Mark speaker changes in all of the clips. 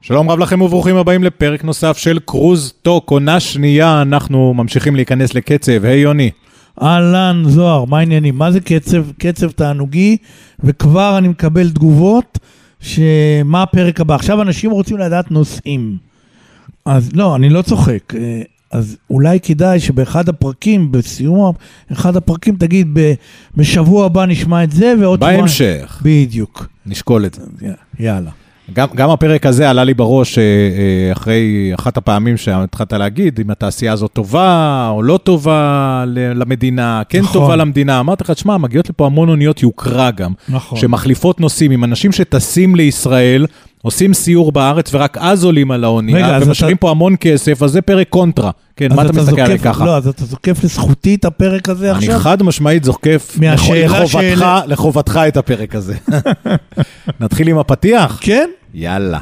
Speaker 1: שלום רב לכם וברוכים הבאים לפרק נוסף של קרוז טוק, עונה שנייה, אנחנו ממשיכים להיכנס לקצב. היי יוני,
Speaker 2: אהלן, זוהר, מה העניינים? מה זה קצב? קצב תענוגי, וכבר אני מקבל תגובות שמה הפרק הבא. עכשיו אנשים רוצים לדעת נושאים. אז לא, אני לא צוחק. אה, אז אולי כדאי שבאחד הפרקים, בסיום אחד הפרקים, תגיד, ב- בשבוע הבא נשמע את זה, ועוד
Speaker 1: בהמשך,
Speaker 2: בדיוק.
Speaker 1: נשקול את זה.
Speaker 2: יאללה.
Speaker 1: גם, גם הפרק הזה עלה לי בראש אה, אה, אחרי אחת הפעמים שהתחלת להגיד, אם התעשייה הזאת טובה או לא טובה ל- למדינה, כן
Speaker 2: נכון.
Speaker 1: טובה למדינה. אמרתי לך, תשמע, מגיעות לפה המון אוניות יוקרה גם,
Speaker 2: נכון.
Speaker 1: שמחליפות נוסעים, עם אנשים שטסים לישראל, עושים סיור בארץ ורק אז עולים על
Speaker 2: רגע,
Speaker 1: האונייה,
Speaker 2: אז
Speaker 1: ומשקיעים
Speaker 2: אתה-
Speaker 1: פה המון כסף, אז זה פרק קונטרה. כן,
Speaker 2: אז
Speaker 1: מה אתה מסתכל עליי
Speaker 2: זוקף-
Speaker 1: ככה?
Speaker 2: לא, אז אתה זוקף לזכותי את הפרק הזה
Speaker 1: אני
Speaker 2: עכשיו?
Speaker 1: חד משמעית זוקף
Speaker 2: מהשאלה
Speaker 1: לחובתך-
Speaker 2: שאלה-
Speaker 1: לחובתך את הפרק הזה. נתחיל עם הפתיח?
Speaker 2: כן?
Speaker 1: יאללה.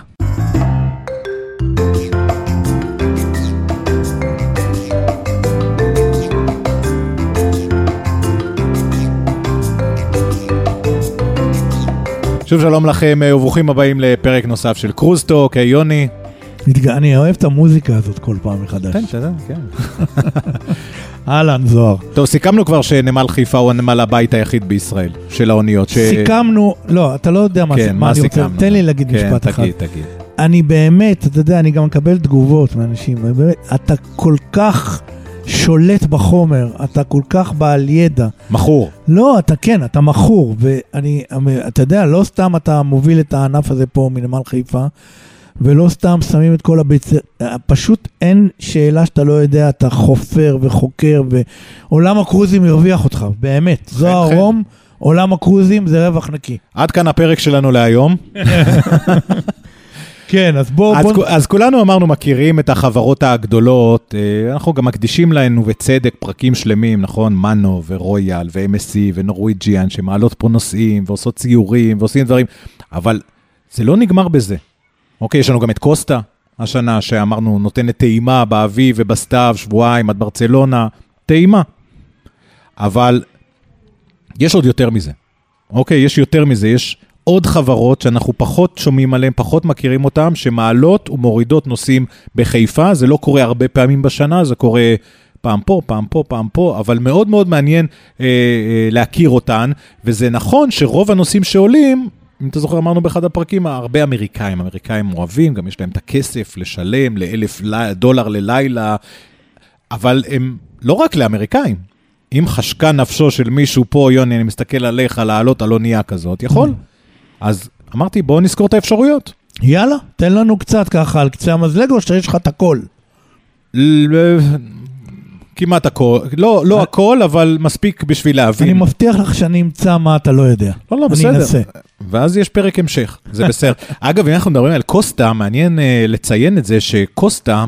Speaker 1: שוב שלום לכם אה, וברוכים הבאים לפרק נוסף של קרוזטוק, היי יוני.
Speaker 2: מתג- אני אוהב את המוזיקה הזאת כל פעם מחדש.
Speaker 1: כן.
Speaker 2: כן. אהלן, זוהר.
Speaker 1: טוב, סיכמנו כבר שנמל חיפה הוא הנמל הבית היחיד בישראל של האוניות. ש-
Speaker 2: סיכמנו, לא, אתה לא יודע מה,
Speaker 1: כן,
Speaker 2: זה-
Speaker 1: מה
Speaker 2: אני רוצה,
Speaker 1: סיכמנו?
Speaker 2: תן לי להגיד
Speaker 1: כן,
Speaker 2: משפט אחד.
Speaker 1: תגיד, תגיד.
Speaker 2: אני באמת, אתה יודע, אני גם מקבל תגובות מאנשים, ובאמת, אתה כל כך שולט בחומר, אתה כל כך בעל ידע.
Speaker 1: מכור.
Speaker 2: לא, אתה כן, אתה מכור, ואני, אתה יודע, לא סתם אתה מוביל את הענף הזה פה מנמל חיפה, ולא סתם שמים את כל הביצ... פשוט אין שאלה שאתה לא יודע, אתה חופר וחוקר, ועולם הקרוזים הרוויח אותך, באמת. זו
Speaker 1: חן, חן.
Speaker 2: הרום, עולם הקרוזים זה רווח נקי.
Speaker 1: עד כאן הפרק שלנו להיום.
Speaker 2: כן, אז בואו...
Speaker 1: אז,
Speaker 2: בוא...
Speaker 1: כו- אז כולנו אמרנו מכירים את החברות הגדולות, אה, אנחנו גם מקדישים להן ובצדק פרקים שלמים, נכון? מנו ורויאל ו-MSC ונורוויג'יאן שמעלות פה נושאים ועושות ציורים ועושים דברים, אבל זה לא נגמר בזה. אוקיי, יש לנו גם את קוסטה השנה, שאמרנו נותנת טעימה באביב ובסתיו, שבועיים עד ברצלונה, טעימה. אבל יש עוד יותר מזה. אוקיי, יש יותר מזה, יש עוד חברות שאנחנו פחות שומעים עליהן, פחות מכירים אותן, שמעלות ומורידות נוסעים בחיפה, זה לא קורה הרבה פעמים בשנה, זה קורה פעם פה, פעם פה, פעם פה, אבל מאוד מאוד מעניין אה, אה, להכיר אותן, וזה נכון שרוב הנושאים שעולים, אם אתה זוכר, אמרנו באחד הפרקים, הרבה אמריקאים, אמריקאים אוהבים, גם יש להם את הכסף לשלם לאלף ל- דולר ללילה, אבל הם לא רק לאמריקאים. אם חשקה נפשו של מישהו פה, יוני, אני מסתכל עליך לעלות על אונייה כזאת, יכול. אז אמרתי, בואו נזכור את האפשרויות.
Speaker 2: יאללה, תן לנו קצת ככה על קצה המזלג, או שיש לך את הכל.
Speaker 1: ל- כמעט הכל, לא, לא הכל, אבל מספיק בשביל
Speaker 2: אני
Speaker 1: להבין.
Speaker 2: מבטיח לך שאני אמצא מה אתה לא יודע.
Speaker 1: לא, לא,
Speaker 2: אני
Speaker 1: בסדר.
Speaker 2: אנסה.
Speaker 1: ואז יש פרק המשך, זה בסדר. אגב, אם אנחנו מדברים על קוסטה, מעניין אה, לציין את זה שקוסטה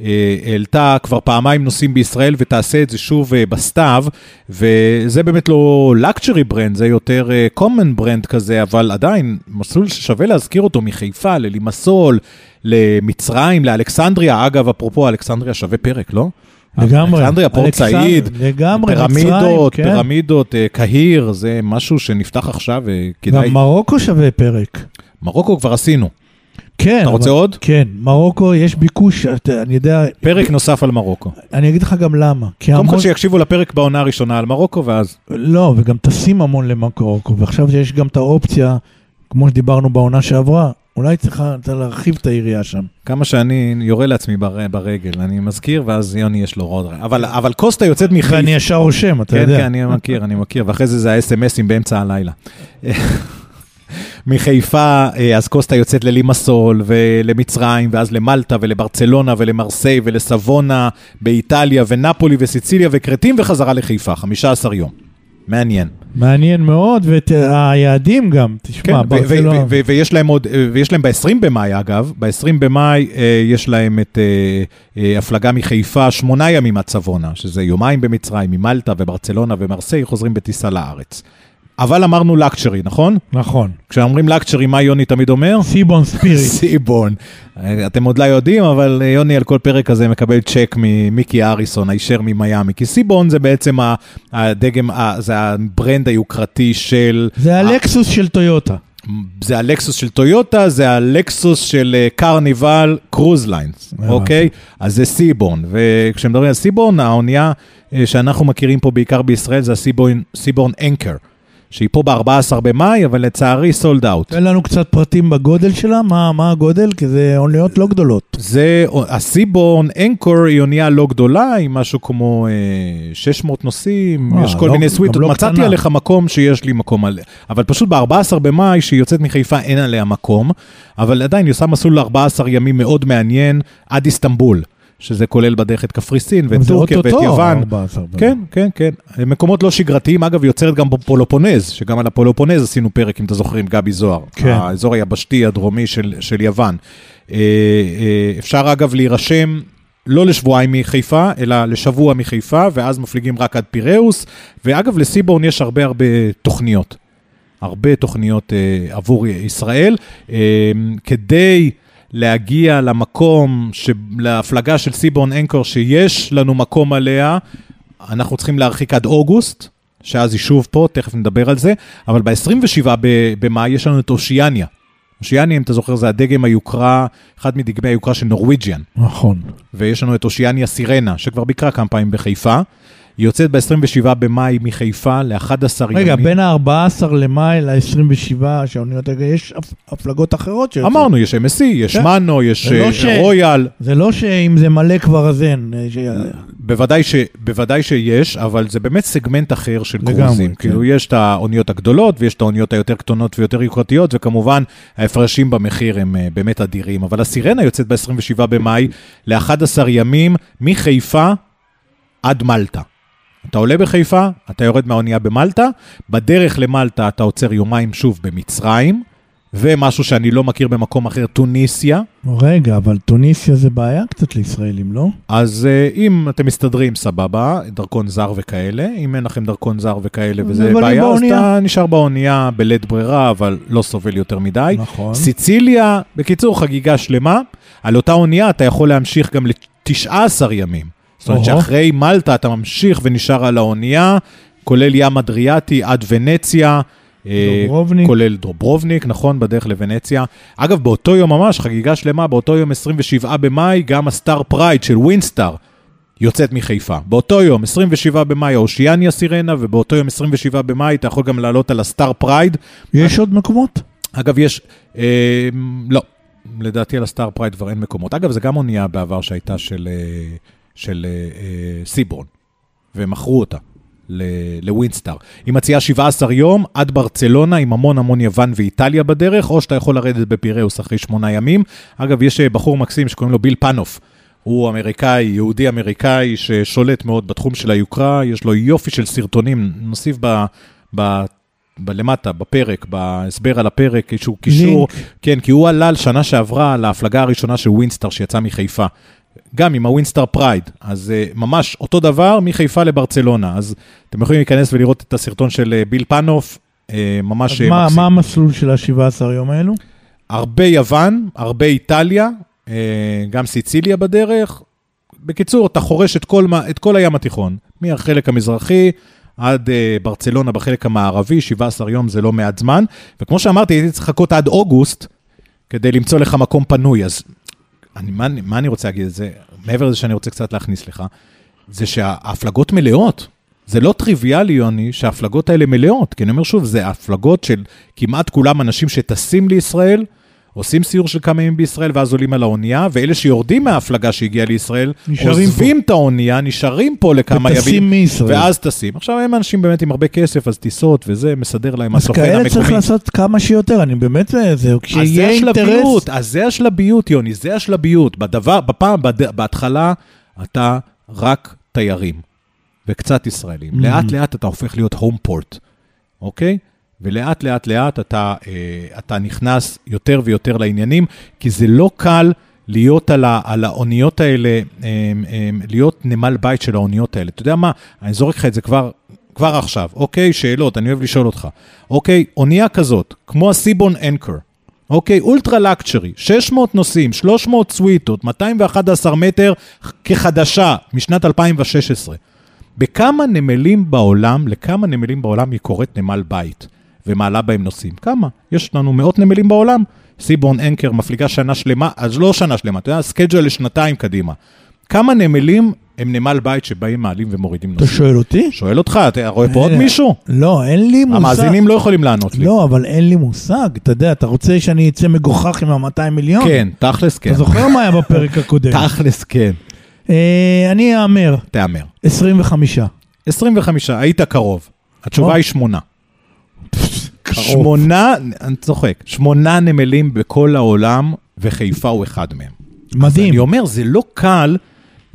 Speaker 1: אה, העלתה כבר פעמיים נוסעים בישראל ותעשה את זה שוב אה, בסתיו, וזה באמת לא לקצ'רי ברנד, זה יותר אה, common ברנד כזה, אבל עדיין מסלול ששווה להזכיר אותו מחיפה ללימסול, למצרים, לאלכסנדריה. אגב, אפרופו אלכסנדריה שווה פרק, לא?
Speaker 2: לגמרי.
Speaker 1: אלכסנדריה, פורט
Speaker 2: אלכסנדר-
Speaker 1: סעיד,
Speaker 2: לגמרי,
Speaker 1: פירמידות,
Speaker 2: מצרים, כן.
Speaker 1: פירמידות, אה, קהיר, זה משהו שנפתח עכשיו, אה, כדאי...
Speaker 2: גם מרוקו שווה פרק.
Speaker 1: מרוקו כבר עשינו.
Speaker 2: כן.
Speaker 1: אתה
Speaker 2: אבל-
Speaker 1: רוצה עוד?
Speaker 2: כן, מרוקו יש ביקוש, אתה- אני יודע,
Speaker 1: פרק נוסף על מרוקו.
Speaker 2: אני אגיד לך גם למה. כי
Speaker 1: קודם
Speaker 2: המון,
Speaker 1: כל שיקשיבו לפרק בעונה הראשונה על מרוקו, ואז...
Speaker 2: לא, וגם טסים המון למרוקו, ועכשיו יש גם את האופציה, כמו שדיברנו בעונה שעברה, אולי צריכה אתה להרחיב את העירייה שם.
Speaker 1: כמה שאני יורה לעצמי בר- ברגל, אני מזכיר, ואז יוני יש לו עוד... רגל. אבל, אבל קוסטה יוצאת מחיפה.
Speaker 2: ואני ישר רושם, אתה
Speaker 1: כן,
Speaker 2: יודע.
Speaker 1: כן, אני מכיר, אני מכיר, ואחרי זה זה האס.אם.אסים באמצע הלילה. מחיפה, אה, אז קוסטה יוצאת ללימסול ולמצרים, ואז למלטה ולברצלונה ולמרסיי ולסבונה באיטליה ונפולי וסיציליה וקרטים וחזרה לחיפה, 15 יום. מעניין.
Speaker 2: מעניין מאוד, והיעדים גם,
Speaker 1: כן,
Speaker 2: תשמע,
Speaker 1: ו- ו-
Speaker 2: ברצלונה.
Speaker 1: ו- ו- ויש להם עוד, אה, ויש להם ב-20 במאי אגב, ב-20 במאי אה, יש להם את אה, אה, הפלגה מחיפה שמונה ימים עד צבונה, שזה יומיים במצרים, ממלטה וברצלונה ומרסיי, חוזרים בטיסה לארץ. אבל אמרנו לקצ'רי, נכון?
Speaker 2: נכון.
Speaker 1: כשאומרים לקצ'רי, מה יוני תמיד אומר?
Speaker 2: סיבון ספיריט.
Speaker 1: סיבון. אה, אתם עוד לא יודעים, אבל אה, יוני על כל פרק כזה מקבל צ'ק ממיקי אריסון, הישר ממיאמי, כי סיבון זה בעצם ה- הדגם, ה- זה הברנד היוקרתי של...
Speaker 2: זה
Speaker 1: ה-
Speaker 2: הלקסוס של טויוטה.
Speaker 1: זה הלקסוס של טויוטה, זה הלקסוס של אה, קרניבל קרוז ליינס,
Speaker 2: הבנתי.
Speaker 1: אוקיי? אז זה סיבורן, וכשמדברים על סיבורן, האונייה אה, שאנחנו מכירים פה בעיקר בישראל זה הסיבורן סיבורן אנקר, שהיא פה ב-14 במאי, אבל לצערי סולד אאוט.
Speaker 2: תן לנו קצת פרטים בגודל שלה, מה, מה הגודל? כי זה אוניות לא גדולות.
Speaker 1: זה, הסיבורן אנקור היא אונייה לא גדולה, היא משהו כמו אה, 600 נוסעים,
Speaker 2: אה,
Speaker 1: יש כל
Speaker 2: לא-
Speaker 1: מיני
Speaker 2: גם
Speaker 1: סוויטות.
Speaker 2: לא
Speaker 1: מצאתי
Speaker 2: קטנה.
Speaker 1: עליך מקום שיש לי מקום על... אבל פשוט ב-14 במאי, שהיא יוצאת מחיפה, אין עליה מקום, אבל עדיין היא עושה מסלול 14 ימים מאוד מעניין עד איסטנבול, שזה כולל בדרך את קפריסין ואת
Speaker 2: זה
Speaker 1: טורקיה ואת
Speaker 2: אוטוטו,
Speaker 1: יוון.
Speaker 2: 14 בנות.
Speaker 1: כן, כן, כן. מקומות לא שגרתיים, אגב, היא יוצרת גם בפולופונז, שגם על הפולופונז עשינו פרק, אם אתה זוכר, עם גבי זוהר.
Speaker 2: כן.
Speaker 1: האזור היבשתי הדרומי של, של יוון. אה, אה, אפשר אגב להירשם לא לשבועיים מחיפה, אלא לשבוע מחיפה, ואז מפליגים רק עד פיראוס. ואגב, לסיבורן יש הרבה הרבה תוכניות. הרבה תוכניות אה, עבור ישראל, אה, כדי להגיע למקום, ש... להפלגה של סיבון אנקור שיש לנו מקום עליה, אנחנו צריכים להרחיק עד אוגוסט, שאז היא שוב פה, תכף נדבר על זה, אבל ב-27 ב- במאי יש לנו את אושיאניה. אושיאניה, אם אתה זוכר, זה הדגם היוקרה, אחד מדגמי היוקרה של נורוויג'יאן.
Speaker 2: נכון.
Speaker 1: ויש לנו את אושיאניה סירנה, שכבר ביקרה כמה פעמים בחיפה. היא יוצאת ב-27 במאי מחיפה ל-11 ימים.
Speaker 2: רגע, בין ה-14 למאי ל-27 שהאוניות האלה, יש הפ- הפלגות אחרות שיוצאות.
Speaker 1: אמרנו, יש MSC, יש
Speaker 2: כן.
Speaker 1: מנו, יש
Speaker 2: זה לא
Speaker 1: אה,
Speaker 2: ש-
Speaker 1: רויאל,
Speaker 2: זה לא שאם זה מלא כבר אז אין. אה, ש-
Speaker 1: בוודאי, ש... בוודאי שיש, אבל זה באמת סגמנט אחר של
Speaker 2: לגמרי,
Speaker 1: קרוזים.
Speaker 2: כן.
Speaker 1: כאילו, יש את האוניות הגדולות, ויש את האוניות היותר קטנות ויותר יוקרתיות, וכמובן, ההפרשים במחיר הם אה, באמת אדירים. אבל הסירנה יוצאת ב-27 במאי ל-11 ימים מחיפה עד מלטה. אתה עולה בחיפה, אתה יורד מהאונייה במלטה, בדרך למלטה אתה עוצר יומיים שוב במצרים, ומשהו שאני לא מכיר במקום אחר, טוניסיה.
Speaker 2: רגע, אבל טוניסיה זה בעיה קצת לישראלים, לא?
Speaker 1: אז אה, אם אתם מסתדרים, סבבה, דרכון זר וכאלה, אם אין לכם דרכון זר וכאלה וזה
Speaker 2: אבל היא
Speaker 1: בעיה, אז
Speaker 2: באונייה.
Speaker 1: אתה נשאר באונייה בלית ברירה, אבל לא סובל יותר מדי.
Speaker 2: נכון.
Speaker 1: סיציליה, בקיצור, חגיגה שלמה. על אותה אונייה אתה יכול להמשיך גם ל-19 ימים. זאת אומרת
Speaker 2: אוהו.
Speaker 1: שאחרי מלטה אתה ממשיך ונשאר על האונייה, כולל ים אדריאטי עד ונציה. אה,
Speaker 2: דוברובניק.
Speaker 1: כולל דוברובניק, נכון, בדרך לוונציה. אגב, באותו יום ממש, חגיגה שלמה, באותו יום 27 במאי, גם הסטאר פרייד של ווינסטאר יוצאת מחיפה. באותו יום, 27 במאי, האושיאניה סירנה, ובאותו יום, 27 במאי, אתה יכול גם לעלות על הסטאר פרייד.
Speaker 2: יש עוד מקומות?
Speaker 1: אגב, יש... אה, לא, לדעתי על הסטאר פרייד כבר אין מקומות. אגב, זה גם אונייה בעבר שהייתה של, אה, של אה, אה, סיבורן, ומכרו אותה. ל- לווינסטאר. היא מציעה 17 יום עד ברצלונה עם המון המון יוון ואיטליה בדרך, או שאתה יכול לרדת בפיראוס אחרי שמונה ימים. אגב, יש אה, בחור מקסים שקוראים לו ביל פאנוף. הוא אמריקאי, יהודי אמריקאי ששולט מאוד בתחום של היוקרה, יש לו יופי של סרטונים, נוסיף ב... ב ב- למטה, בפרק, בהסבר על הפרק, איזשהו קישור. כן, כי הוא עלה שנה שעברה להפלגה הראשונה של ווינסטאר שיצאה מחיפה. גם עם הווינסטאר פרייד, אז uh, ממש אותו דבר מחיפה לברצלונה. אז אתם יכולים להיכנס ולראות את הסרטון של uh, ביל פאנוף, uh,
Speaker 2: אז
Speaker 1: ממש
Speaker 2: מה-
Speaker 1: מקסים.
Speaker 2: מה המסלול של ה-17 יום האלו?
Speaker 1: הרבה יוון, הרבה איטליה, אה, גם סיציליה בדרך. בקיצור, אתה חורש את כל, מה- את כל הים התיכון, מהחלק המזרחי עד אה, ברצלונה בחלק המערבי, 17 יום זה לא מעט זמן. וכמו שאמרתי, הייתי צריך לחכות עד אוגוסט כדי למצוא לך מקום פנוי, אז אני, מה, אני- מה אני רוצה להגיד את זה? מעבר לזה שאני רוצה קצת להכניס לך, זה שההפלגות מלאות. זה לא טריוויאלי, יוני, שההפלגות האלה מלאות. כי אני אומר שוב, זה הפלגות של כמעט כולם אנשים שטסים לישראל, עושים סיור של כמה ימים בישראל, ואז עולים על האונייה, ואלה שיורדים מההפלגה שהגיעה לישראל,
Speaker 2: נשארים פה.
Speaker 1: עוזבים את האונייה, נשארים פה לכמה
Speaker 2: וטסים
Speaker 1: ימים,
Speaker 2: מישראל.
Speaker 1: ואז טסים. עכשיו, הם אנשים באמת עם הרבה כסף, אז טיסות וזה, מסדר להם
Speaker 2: אז
Speaker 1: הסוכן
Speaker 2: כאלה צריך
Speaker 1: המקומי.
Speaker 2: לעשות כמה שיותר, אני באמת, אה, זה,
Speaker 1: אז זה
Speaker 2: כשיהיה אינטרס...
Speaker 1: השלביות, אז זה השלביות, יוני, זה השלביות. בדבר, בפעם, בד, בהתחלה, אתה רק תיירים וקצת ישראלים.
Speaker 2: Mhm.
Speaker 1: לאט לאט אתה הופך להיות הום פורט, אוקיי? ולאט לאט לאט אתה, אה, אתה נכנס יותר ויותר לעניינים, כי זה לא קל להיות על, ה, על האוניות האלה, אה, אה, להיות נמל בית של האוניות האלה. אתה יודע מה, אני זורק לך את זה כבר, כבר עכשיו. אוקיי, שאלות, אני אוהב לשאול אותך. אוקיי, אונייה כזאת, כמו הסיבון אנקר, אוקיי, אולטרה לקצ'רי, 600 נוסעים, 300 סוויטות, 211 מטר כחדשה משנת 2016. בכמה נמלים בעולם, לכמה נמלים בעולם היא קוראת נמל בית? ומעלה בהם נוסעים. כמה? יש לנו מאות נמלים בעולם. סיבון אנקר מפליגה שנה שלמה, אז לא שנה שלמה, אתה יודע, הסקייג'ואל לשנתיים קדימה. כמה נמלים הם נמל בית שבאים, מעלים ומורידים
Speaker 2: אתה
Speaker 1: נוסעים?
Speaker 2: שואל אותי?
Speaker 1: שואל אותך, אתה רואה פה עוד
Speaker 2: אה,
Speaker 1: מישהו?
Speaker 2: לא, אין לי מושג.
Speaker 1: המאזינים לא יכולים לענות לי.
Speaker 2: לא, אבל אין לי מושג. אתה יודע, אתה רוצה שאני אצא מגוחך עם ה-200 מיליון?
Speaker 1: כן, תכלס כן.
Speaker 2: אתה זוכר מה היה בפרק הקודם?
Speaker 1: תכלס כן.
Speaker 2: אה, אני אאמר,
Speaker 1: תהמר.
Speaker 2: 25.
Speaker 1: 25, היית קרוב. התשובה
Speaker 2: או.
Speaker 1: היא שמונה. שמונה, אני צוחק, שמונה נמלים בכל העולם, וחיפה הוא אחד מהם.
Speaker 2: מדהים.
Speaker 1: אני אומר, זה לא קל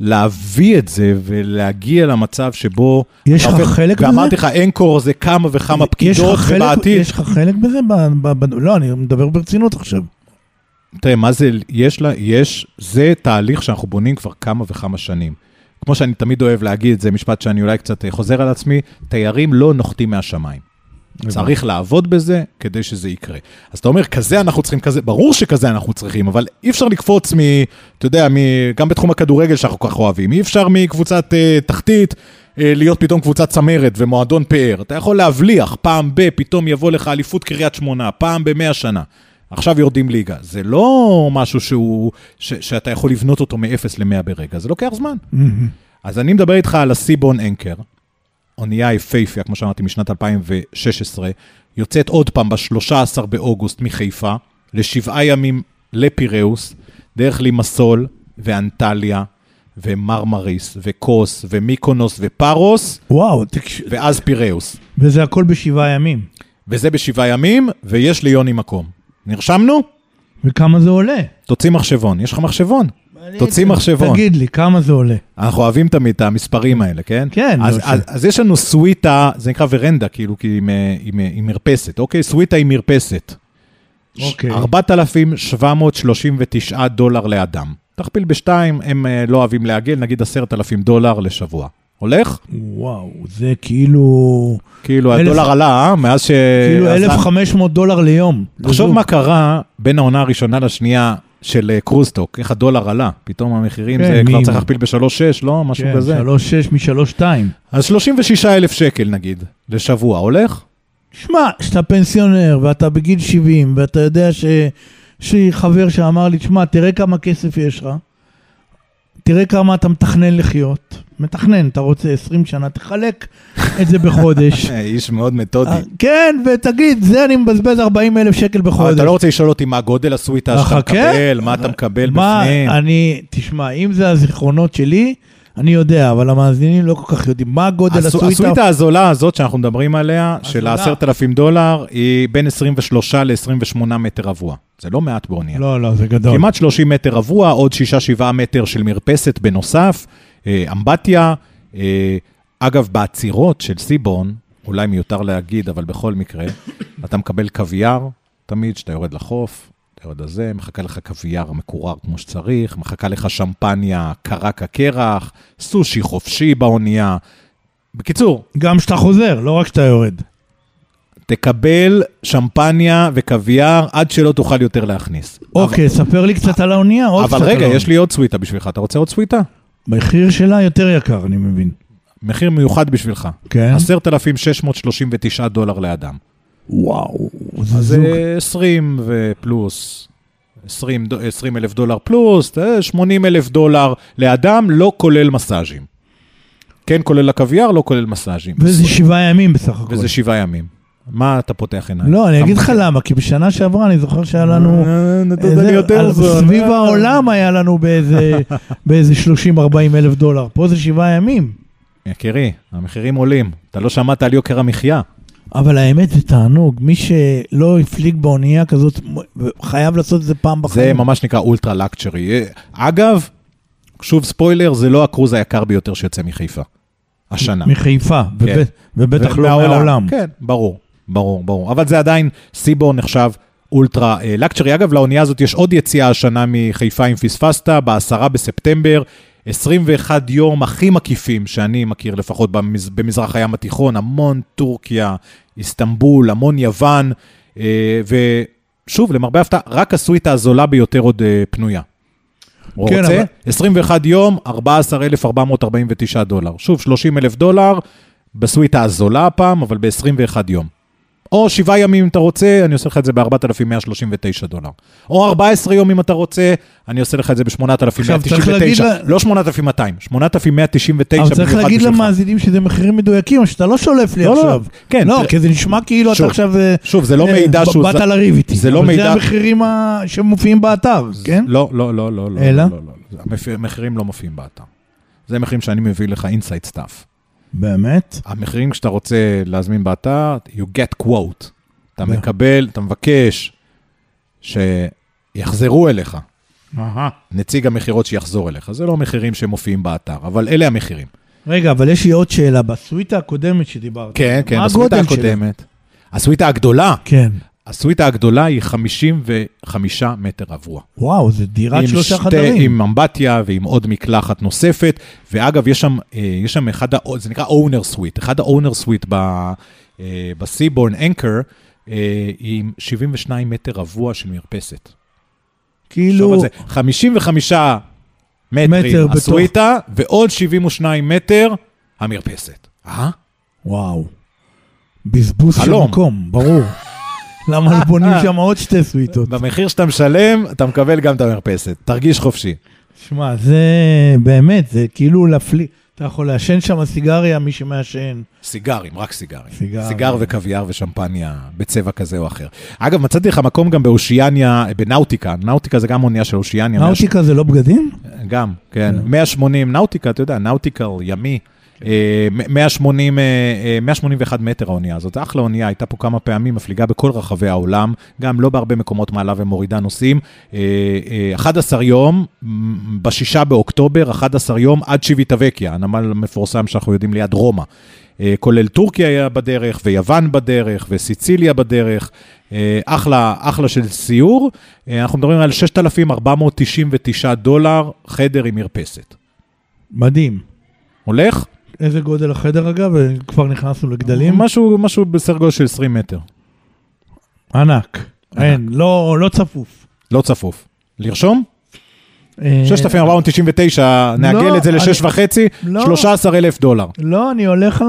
Speaker 1: להביא את זה ולהגיע למצב שבו...
Speaker 2: יש
Speaker 1: אתה
Speaker 2: לך
Speaker 1: הופך-
Speaker 2: חלק בזה?
Speaker 1: ואמרתי לך, אנקור זה כמה וכמה
Speaker 2: יש לך
Speaker 1: פקידות,
Speaker 2: חלק-
Speaker 1: ובעתיד...
Speaker 2: יש לך חלק בזה? ב- ב- ב- לא, אני מדבר ברצינות עכשיו.
Speaker 1: תראה, מה זה, יש לה, יש, זה תהליך שאנחנו בונים כבר כמה וכמה שנים. כמו שאני תמיד אוהב להגיד, זה משפט שאני אולי קצת אה, חוזר על עצמי, תיירים לא נוחתים מהשמיים. צריך לעבוד בזה כדי שזה יקרה. אז אתה אומר, כזה אנחנו צריכים, כזה, ברור שכזה אנחנו צריכים, אבל אי אפשר לקפוץ מ... אתה יודע, מ, גם בתחום הכדורגל שאנחנו כל כך אוהבים, אי אפשר מקבוצת אה, תחתית אה, להיות פתאום קבוצת צמרת ומועדון פאר. אתה יכול להבליח, פעם ב, פתאום יבוא לך אליפות קריית שמונה, פעם במאה שנה. עכשיו יורדים ליגה. זה לא משהו שהוא, ש, שאתה יכול לבנות אותו מ-0 ל-100 ברגע, זה לוקח זמן.
Speaker 2: מהמם.
Speaker 1: אז אני מדבר איתך על הסיבון אנקר, אונייה יפהפייה, כמו שאמרתי, משנת 2016, יוצאת עוד פעם ב-13 באוגוסט מחיפה, לשבעה ימים לפיראוס, דרך לימסול ואנטליה ומרמריס וקוס ומיקונוס ופארוס,
Speaker 2: וואו, תקש-
Speaker 1: ואז פיראוס.
Speaker 2: וזה הכל בשבעה ימים.
Speaker 1: וזה בשבעה ימים, ויש ליוני מקום. נרשמנו?
Speaker 2: וכמה זה עולה?
Speaker 1: תוציא מחשבון. יש לך מחשבון? תוציא מחשבון.
Speaker 2: תגיד לי, כמה זה עולה?
Speaker 1: אנחנו אוהבים תמיד את המספרים האלה, כן?
Speaker 2: כן,
Speaker 1: אז,
Speaker 2: זה
Speaker 1: אז,
Speaker 2: יפה.
Speaker 1: אז יש לנו סוויטה, זה נקרא ורנדה, כאילו, כי היא עם, אה, עם, אה, עם מרפסת, אוקיי? סוויטה עם מרפסת.
Speaker 2: אוקיי.
Speaker 1: 4,739 דולר לאדם. תכפיל בשתיים, הם אה, לא אוהבים לעגל, נגיד 10,000 דולר לשבוע. הולך?
Speaker 2: וואו, זה כאילו...
Speaker 1: כאילו,
Speaker 2: אלף-
Speaker 1: הדולר עלה, אה? מאז ש...
Speaker 2: כאילו
Speaker 1: אז-
Speaker 2: 1,500 דולר ליום.
Speaker 1: תחשוב
Speaker 2: לזוג.
Speaker 1: מה קרה בין העונה הראשונה לשנייה של אה, קרוסטוק, איך הדולר עלה. פתאום המחירים,
Speaker 2: כן,
Speaker 1: זה כבר
Speaker 2: מי-
Speaker 1: צריך להכפיל ב-3.6, לא? משהו
Speaker 2: כן,
Speaker 1: כזה.
Speaker 2: 3.6 מ-3.2.
Speaker 1: אז 36,000 שקל נגיד, לשבוע, הולך?
Speaker 2: שמע, כשאתה פנסיונר ואתה בגיל 70 ואתה יודע ש... יש לי חבר שאמר לי, תשמע, תראה כמה כסף יש לך, תראה כמה אתה מתכנן לחיות. מתכנן, אתה רוצה 20 שנה, תחלק את זה בחודש.
Speaker 1: אה, איש מאוד מתודי.
Speaker 2: אה, כן, ותגיד, זה אני מבזבז 40 אלף שקל
Speaker 1: אבל
Speaker 2: בחודש.
Speaker 1: אתה לא רוצה לשאול אותי מה גודל הסוויטה שאתה
Speaker 2: אה, חכה.
Speaker 1: מקבל, מה אתה מקבל בפנים.
Speaker 2: מה, אני, תשמע, אם זה הזיכרונות שלי, אני יודע, אבל המאזינים לא כל כך יודעים מה גודל
Speaker 1: הסו-
Speaker 2: הסוויטה.
Speaker 1: הסוויטה הזולה הזאת שאנחנו מדברים עליה, של
Speaker 2: הזולה.
Speaker 1: ה-10,000 דולר, היא בין 23 ל-28 מטר רבוע. זה לא מעט באונייה.
Speaker 2: לא, לא, זה גדול.
Speaker 1: כמעט 30 מטר רבוע, עוד 6-7 מטר של מרפסת בנוסף, אה, אמבטיה. אה, אגב, בעצירות של סיבון, אולי מיותר להגיד, אבל בכל מקרה, אתה מקבל קוויאר, תמיד כשאתה יורד לחוף, אתה יורד לזה, מחכה לך קוויאר מקורר כמו שצריך, מחכה לך שמפניה קרק הקרח, סושי חופשי באונייה. בקיצור,
Speaker 2: גם כשאתה חוזר, לא רק כשאתה יורד.
Speaker 1: תקבל שמפניה וקוויאר עד שלא תוכל יותר להכניס.
Speaker 2: אוקיי, ספר לי קצת על האונייה, עוד קצת
Speaker 1: אבל
Speaker 2: על
Speaker 1: רגע,
Speaker 2: האונייה.
Speaker 1: יש לי עוד סוויטה בשבילך, אתה רוצה עוד סוויטה?
Speaker 2: מחיר שלה יותר יקר, אני מבין.
Speaker 1: מחיר מיוחד בשבילך.
Speaker 2: כן?
Speaker 1: 10,639 דולר לאדם.
Speaker 2: וואו, זה
Speaker 1: אז
Speaker 2: זוג.
Speaker 1: אה, 20 ופלוס, 20 דו- 20 אלף דולר פלוס, אה, 80 אלף דולר לאדם, לא כולל מסאז'ים. כן כולל הקוויאר, לא כולל מסאז'ים.
Speaker 2: וזה שבעה ימים בסך הכול.
Speaker 1: וזה שבעה ימים. מה אתה פותח עיניים?
Speaker 2: לא, אני
Speaker 1: אתה
Speaker 2: אגיד לך
Speaker 1: מתחיל.
Speaker 2: למה, כי בשנה שעברה אני זוכר שהיה לנו...
Speaker 1: אה, נתת
Speaker 2: איזה-
Speaker 1: לי יותר
Speaker 2: על-
Speaker 1: זול.
Speaker 2: סביב
Speaker 1: אה.
Speaker 2: העולם היה לנו באיזה- באיזה 30-40 אלף דולר. פה זה שבעה ימים.
Speaker 1: יקירי, המחירים עולים. אתה לא שמעת על יוקר המחיה.
Speaker 2: אבל האמת זה תענוג, מי שלא הפליג באונייה כזאת, מ- חייב לעשות את זה פעם
Speaker 1: זה
Speaker 2: בחיים.
Speaker 1: ממש נקרא אולטרה לקצ'רי. אגב, שוב ספוילר, זה לא הקרוז היקר ביותר שיוצא מחיפה. השנה.
Speaker 2: מחיפה, ובט- ובטח לא מהעולם.
Speaker 1: כן, ברור, ברור, ברור. אבל זה עדיין, סיבור נחשב אולטרה אה, לקצ'רי. אגב, לאונייה הזאת יש עוד יציאה השנה מחיפה אם פספסת, ב-10 בספטמבר. 21 יום הכי מקיפים שאני מכיר, לפחות במז... במזרח הים התיכון, המון טורקיה, איסטנבול, המון יוון, אה, ושוב, למרבה ההפתעה, רק הסוויטה הזולה ביותר עוד אה, פנויה.
Speaker 2: כן,
Speaker 1: כן, רוצה?
Speaker 2: אבל-
Speaker 1: אבל... 21 יום, 14,449 דולר. שוב, 30,000 דולר, בסוויטה הזולה הפעם, אבל ב-21 יום. או שבעה ימים אם אתה רוצה, אני עושה לך את זה ב-4,139 דולר. או 14 יום אם אתה רוצה, אני עושה לך את זה
Speaker 2: עכשיו, צריך להגיד
Speaker 1: ב-8,199.
Speaker 2: לה-
Speaker 1: לא 8,200, 8,199
Speaker 2: אבל צריך
Speaker 1: במיוחד
Speaker 2: להגיד
Speaker 1: בשבילך.
Speaker 2: למאזינים שזה מחירים מדויקים, שאתה לא שולף לי
Speaker 1: לא, לא,
Speaker 2: עכשיו.
Speaker 1: כן,
Speaker 2: לא,
Speaker 1: תראה-
Speaker 2: כי זה נשמע כאילו אתה
Speaker 1: שוב,
Speaker 2: עכשיו... אה,
Speaker 1: שוב, זה לא
Speaker 2: אה,
Speaker 1: מידע
Speaker 2: ב-
Speaker 1: שהוא ז-
Speaker 2: באת לריב איתי.
Speaker 1: זה לא
Speaker 2: אבל
Speaker 1: מידע-
Speaker 2: זה המחירים ה- שמופיעים באתר, כן?
Speaker 1: לא, לא, לא, לא, לא.
Speaker 2: אלא?
Speaker 1: לא, לא, לא. המפ- המחירים לא מופיעים באתר. זה מחירים שאני מביא לך inside stuff.
Speaker 2: באמת?
Speaker 1: המחירים שאתה רוצה להזמין באתר, you get quote. אתה מקבל, אתה מבקש שיחזרו אליך, נציג המכירות שיחזור אליך. זה לא המחירים שמופיעים באתר, אבל אלה המחירים.
Speaker 2: רגע, אבל יש לי עוד שאלה. בסוויטה הקודמת שדיברת.
Speaker 1: כן, כן,
Speaker 2: מה
Speaker 1: הסוויטה
Speaker 2: הגודל שלה?
Speaker 1: הקודמת. הסוויטה הגדולה,
Speaker 2: כן.
Speaker 1: הסוויטה הגדולה היא 55 מטר רבוע.
Speaker 2: וואו, זה דירת
Speaker 1: עם
Speaker 2: שלושה
Speaker 1: שתי-
Speaker 2: חדרים.
Speaker 1: עם אמבטיה ועם עוד מקלחת נוספת. ואגב, יש שם, אה, יש שם אחד, ה- זה נקרא owner suite, אחד ה-owner suite ב- אה, בסיבורן אנקר, אה, עם 72 מטר רבוע של מרפסת. עכשיו על
Speaker 2: כאילו,
Speaker 1: זה, 55
Speaker 2: מטר
Speaker 1: מטרים
Speaker 2: בתוך.
Speaker 1: הסוויטה, ועוד 72 מטר המרפסת. אה?
Speaker 2: וואו. בזבוז של
Speaker 1: חלום.
Speaker 2: מקום, ברור. למה לא בונים שם עוד שתי סוויטות?
Speaker 1: במחיר שאתה משלם, אתה מקבל גם את המרפסת. תרגיש חופשי.
Speaker 2: שמע, זה באמת, זה כאילו להפליא. אתה יכול לעשן שם סיגריה, מי שמעשן.
Speaker 1: סיגרים, רק סיגרים.
Speaker 2: סיגר.
Speaker 1: סיגר, סיגר וקוויאר ושמפניה בצבע כזה או אחר. אגב, מצאתי לך מקום גם באושיאניה, בנאוטיקה. נאוטיקה זה גם אונייה של אושיאניה.
Speaker 2: נאוטיקה זה לא בגדים?
Speaker 1: גם, כן. 180, נאוטיקה, אתה יודע, נאוטיקל, ימי. אה, מ- 180, אה, אה, 181 מטר האונייה הזאת, אחלה אונייה, הייתה פה כמה פעמים, מפליגה בכל רחבי העולם, גם לא בהרבה מקומות מעלה ומורידה נוסעים. אה, אה, 11 יום, מ- בשישה באוקטובר, 11 יום עד שיביטבקיה, הנמל המפורסם שאנחנו יודעים ליד רומא. אה, כולל טורקיה היה בדרך, ויוון בדרך, וסיציליה בדרך. אה, אחלה, אחלה של סיור. אה, אנחנו מדברים על 6,499 דולר חדר עם מרפסת.
Speaker 2: מדהים.
Speaker 1: הולך?
Speaker 2: איזה גודל החדר אגב? כבר נכנסנו לגדלים.
Speaker 1: משהו, משהו בסדר גודל של 20 מטר.
Speaker 2: אוקיי. ענק. אין, לא לא צפוף.
Speaker 1: לא צפוף. לרשום?
Speaker 2: אה,
Speaker 1: 6,499, נעגל
Speaker 2: לא,
Speaker 1: את זה לשש
Speaker 2: אני-
Speaker 1: וחצי,
Speaker 2: לא.
Speaker 1: 13,000 דולר.
Speaker 2: לא, אני הולך ל...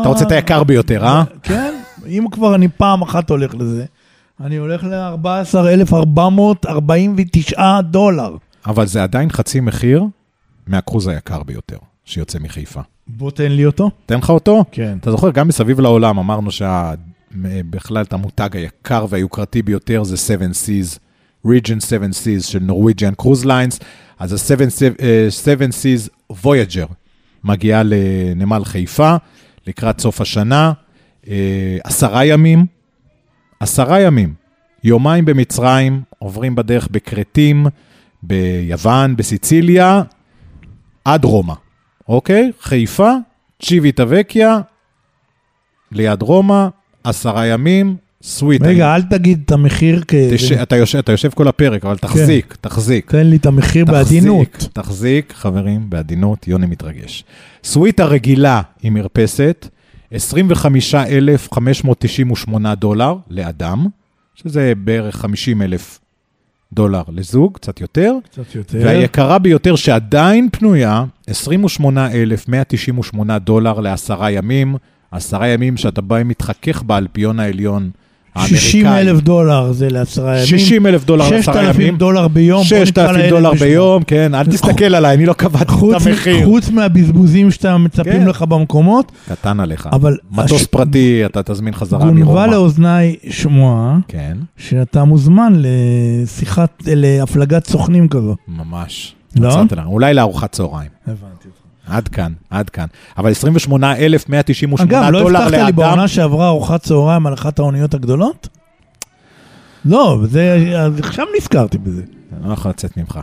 Speaker 1: אתה רוצה את היקר ביותר, אה?
Speaker 2: כן, אם כבר אני פעם אחת הולך לזה, אני הולך ל-14,449 דולר.
Speaker 1: אבל זה עדיין חצי מחיר מהקרוז היקר ביותר שיוצא מחיפה.
Speaker 2: בוא תן לי אותו.
Speaker 1: אתן לך אותו?
Speaker 2: כן.
Speaker 1: אתה זוכר, גם מסביב לעולם אמרנו שבכלל את המותג היקר והיוקרתי ביותר זה 7 Seas, Region 7 Seas של נורוויג'יאן קרוז ליינס, אז ה-7 Seas Voyager מגיעה לנמל חיפה לקראת סוף השנה, אה, עשרה ימים, עשרה ימים, יומיים במצרים, עוברים בדרך בכרתים, ביוון, בסיציליה, עד רומא, אוקיי? חיפה, צ'יוויטה וקיה, ליד רומא, עשרה ימים, סוויט.
Speaker 2: רגע, אה, אל תגיד את המחיר כ...
Speaker 1: תש... אתה, יושב, אתה יושב כל הפרק, אבל תחזיק, תחזיק.
Speaker 2: תן לי את המחיר כן. בעדינות.
Speaker 1: תחזיק, תחזיק, חברים, בעדינות, יוני מתרגש. סוויטה רגילה עם מרפסת, 25,598 דולר לאדם, שזה בערך 50,000 דולר לזוג, קצת יותר.
Speaker 2: קצת יותר.
Speaker 1: והיקרה ביותר שעדיין פנויה, 28,198 דולר לעשרה ימים, עשרה ימים שאתה בא מתחכך באלפיון העליון האמריקאי.
Speaker 2: 60 אלף דולר זה לעשרה ימים.
Speaker 1: 60 אלף דולר לעשרה
Speaker 2: 6,000
Speaker 1: ימים.
Speaker 2: דולר ביום. בוא נקרא
Speaker 1: 6,000
Speaker 2: לילד
Speaker 1: דולר
Speaker 2: בשמו.
Speaker 1: ביום, כן, אל תסתכל עליי, אני לא קבעתי את
Speaker 2: חוץ,
Speaker 1: המחיר.
Speaker 2: חוץ מהבזבוזים שאתה מצפים
Speaker 1: כן.
Speaker 2: לך במקומות,
Speaker 1: קטן עליך.
Speaker 2: אבל
Speaker 1: מטוס
Speaker 2: הש-
Speaker 1: פרטי, אתה תזמין חזרה
Speaker 2: גונבה
Speaker 1: מרומא.
Speaker 2: לאוזניי שמועה
Speaker 1: כן,
Speaker 2: שאתה מוזמן לשיחת, להפלגת סוכנים כזו.
Speaker 1: ממש.
Speaker 2: לא?
Speaker 1: מצאת לנו. אולי לארוחת צהריים.
Speaker 2: הבנתי אותך.
Speaker 1: עד כאן, עד כאן. אבל 28,198
Speaker 2: אגב, לא
Speaker 1: דולר
Speaker 2: הבטחת לי
Speaker 1: לאדם,
Speaker 2: בעונה שעברה ארוחת צהריים על אחת האוניות הגדולות? לא, זה, אז עכשיו נזכרתי בזה.
Speaker 1: אני לא יכול לצאת ממך.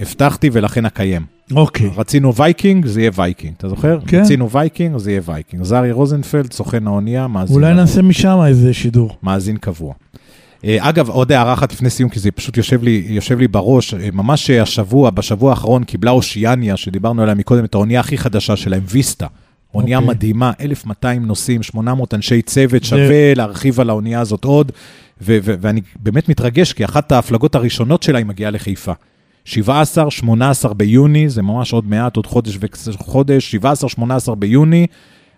Speaker 1: הבטחתי ולכן אקיים.
Speaker 2: אוקיי.
Speaker 1: רצינו וייקינג, זה יהיה וייקינג, אתה זוכר?
Speaker 2: כן.
Speaker 1: רצינו וייקינג, זה יהיה וייקינג. זרי רוזנפלד, סוכן האונייה, מאזין,
Speaker 2: אולי נעשה משם איזה שידור.
Speaker 1: מאזין קבוע. אה, אגב, עוד הערה אחת לפני סיום, כי זה פשוט יושב לי, יושב לי בראש, אה, ממש אה, השבוע, בשבוע האחרון קיבלה אושיאניה, שדיברנו עליה מקודם, את האונייה הכי חדשה שלהם, ויסטה. אונייה
Speaker 2: אוקיי.
Speaker 1: מדהימה, 1,200 נוסעים, 800 אנשי צוות,
Speaker 2: זה-
Speaker 1: שווה להרחיב על האונייה הזאת עוד, ו- ו- ואני באמת מתרגש, כי אחת ההפלגות הראשונות שלה היא מגיעה לחיפה. 17, 18 ביוני, זה ממש עוד מעט, עוד חודש וחודש, 17, 18 ביוני,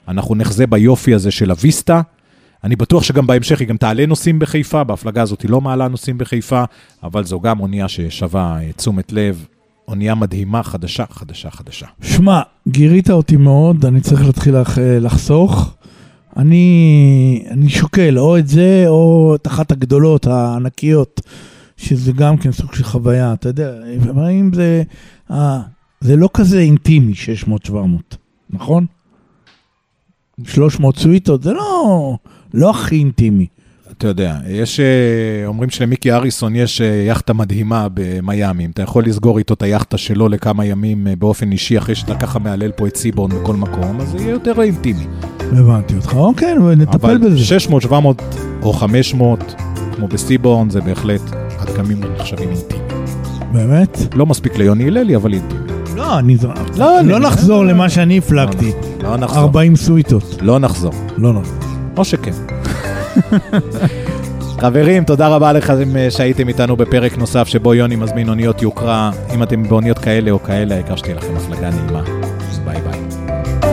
Speaker 1: אנחנו נחזה ביופי הזה של הוויסטה. אני בטוח שגם בהמשך היא גם תעלה נוסעים בחיפה, בהפלגה הזאת היא לא מעלה נוסעים בחיפה, אבל זו גם אונייה ששווה אה, תשומת לב. אונייה מדהימה, חדשה, חדשה, חדשה.
Speaker 2: שמע, גירית אותי מאוד, אני צריך להתחיל לח, לחסוך. אני, אני שוקל או את זה או את אחת הגדולות הענקיות, שזה גם כן סוג של חוויה, אתה יודע, אבל אם זה, אה, זה לא כזה אינטימי 600-700, נכון? 300 סוויטות, זה לא, לא הכי אינטימי.
Speaker 1: אתה יודע, יש, אה, אומרים שלמיקי אריסון יש אה, יאכטה מדהימה במיאמי, אם אתה יכול לסגור איתו את היאכטה שלו לכמה ימים אה, באופן אישי, אחרי שאתה ככה מהלל פה את סיבון מכל מקום, אז זה יהיה יותר אינטימי.
Speaker 2: הבנתי אותך, אוקיי, נטפל
Speaker 1: אבל
Speaker 2: בזה.
Speaker 1: 600, 700 או 500, כמו בסיבון, זה בהחלט הדגמים נחשבים אינטימיים.
Speaker 2: באמת?
Speaker 1: לא מספיק ליוני הללי, אבל אינטימי.
Speaker 2: לא, אני...
Speaker 1: לא,
Speaker 2: לא
Speaker 1: אני-
Speaker 2: נחזור
Speaker 1: לא,
Speaker 2: למה שאני הפלגתי.
Speaker 1: לא נחזור.
Speaker 2: 40 סוויטות.
Speaker 1: לא נחזור.
Speaker 2: לא נחזור.
Speaker 1: או שכן. חברים, תודה רבה לכם אה, שהייתם איתנו בפרק נוסף שבו יוני מזמין אוניות יוקרה. אם אתם באוניות כאלה או כאלה, העיקר שתהיה לכם הפלגה נעימה. אז ביי ביי.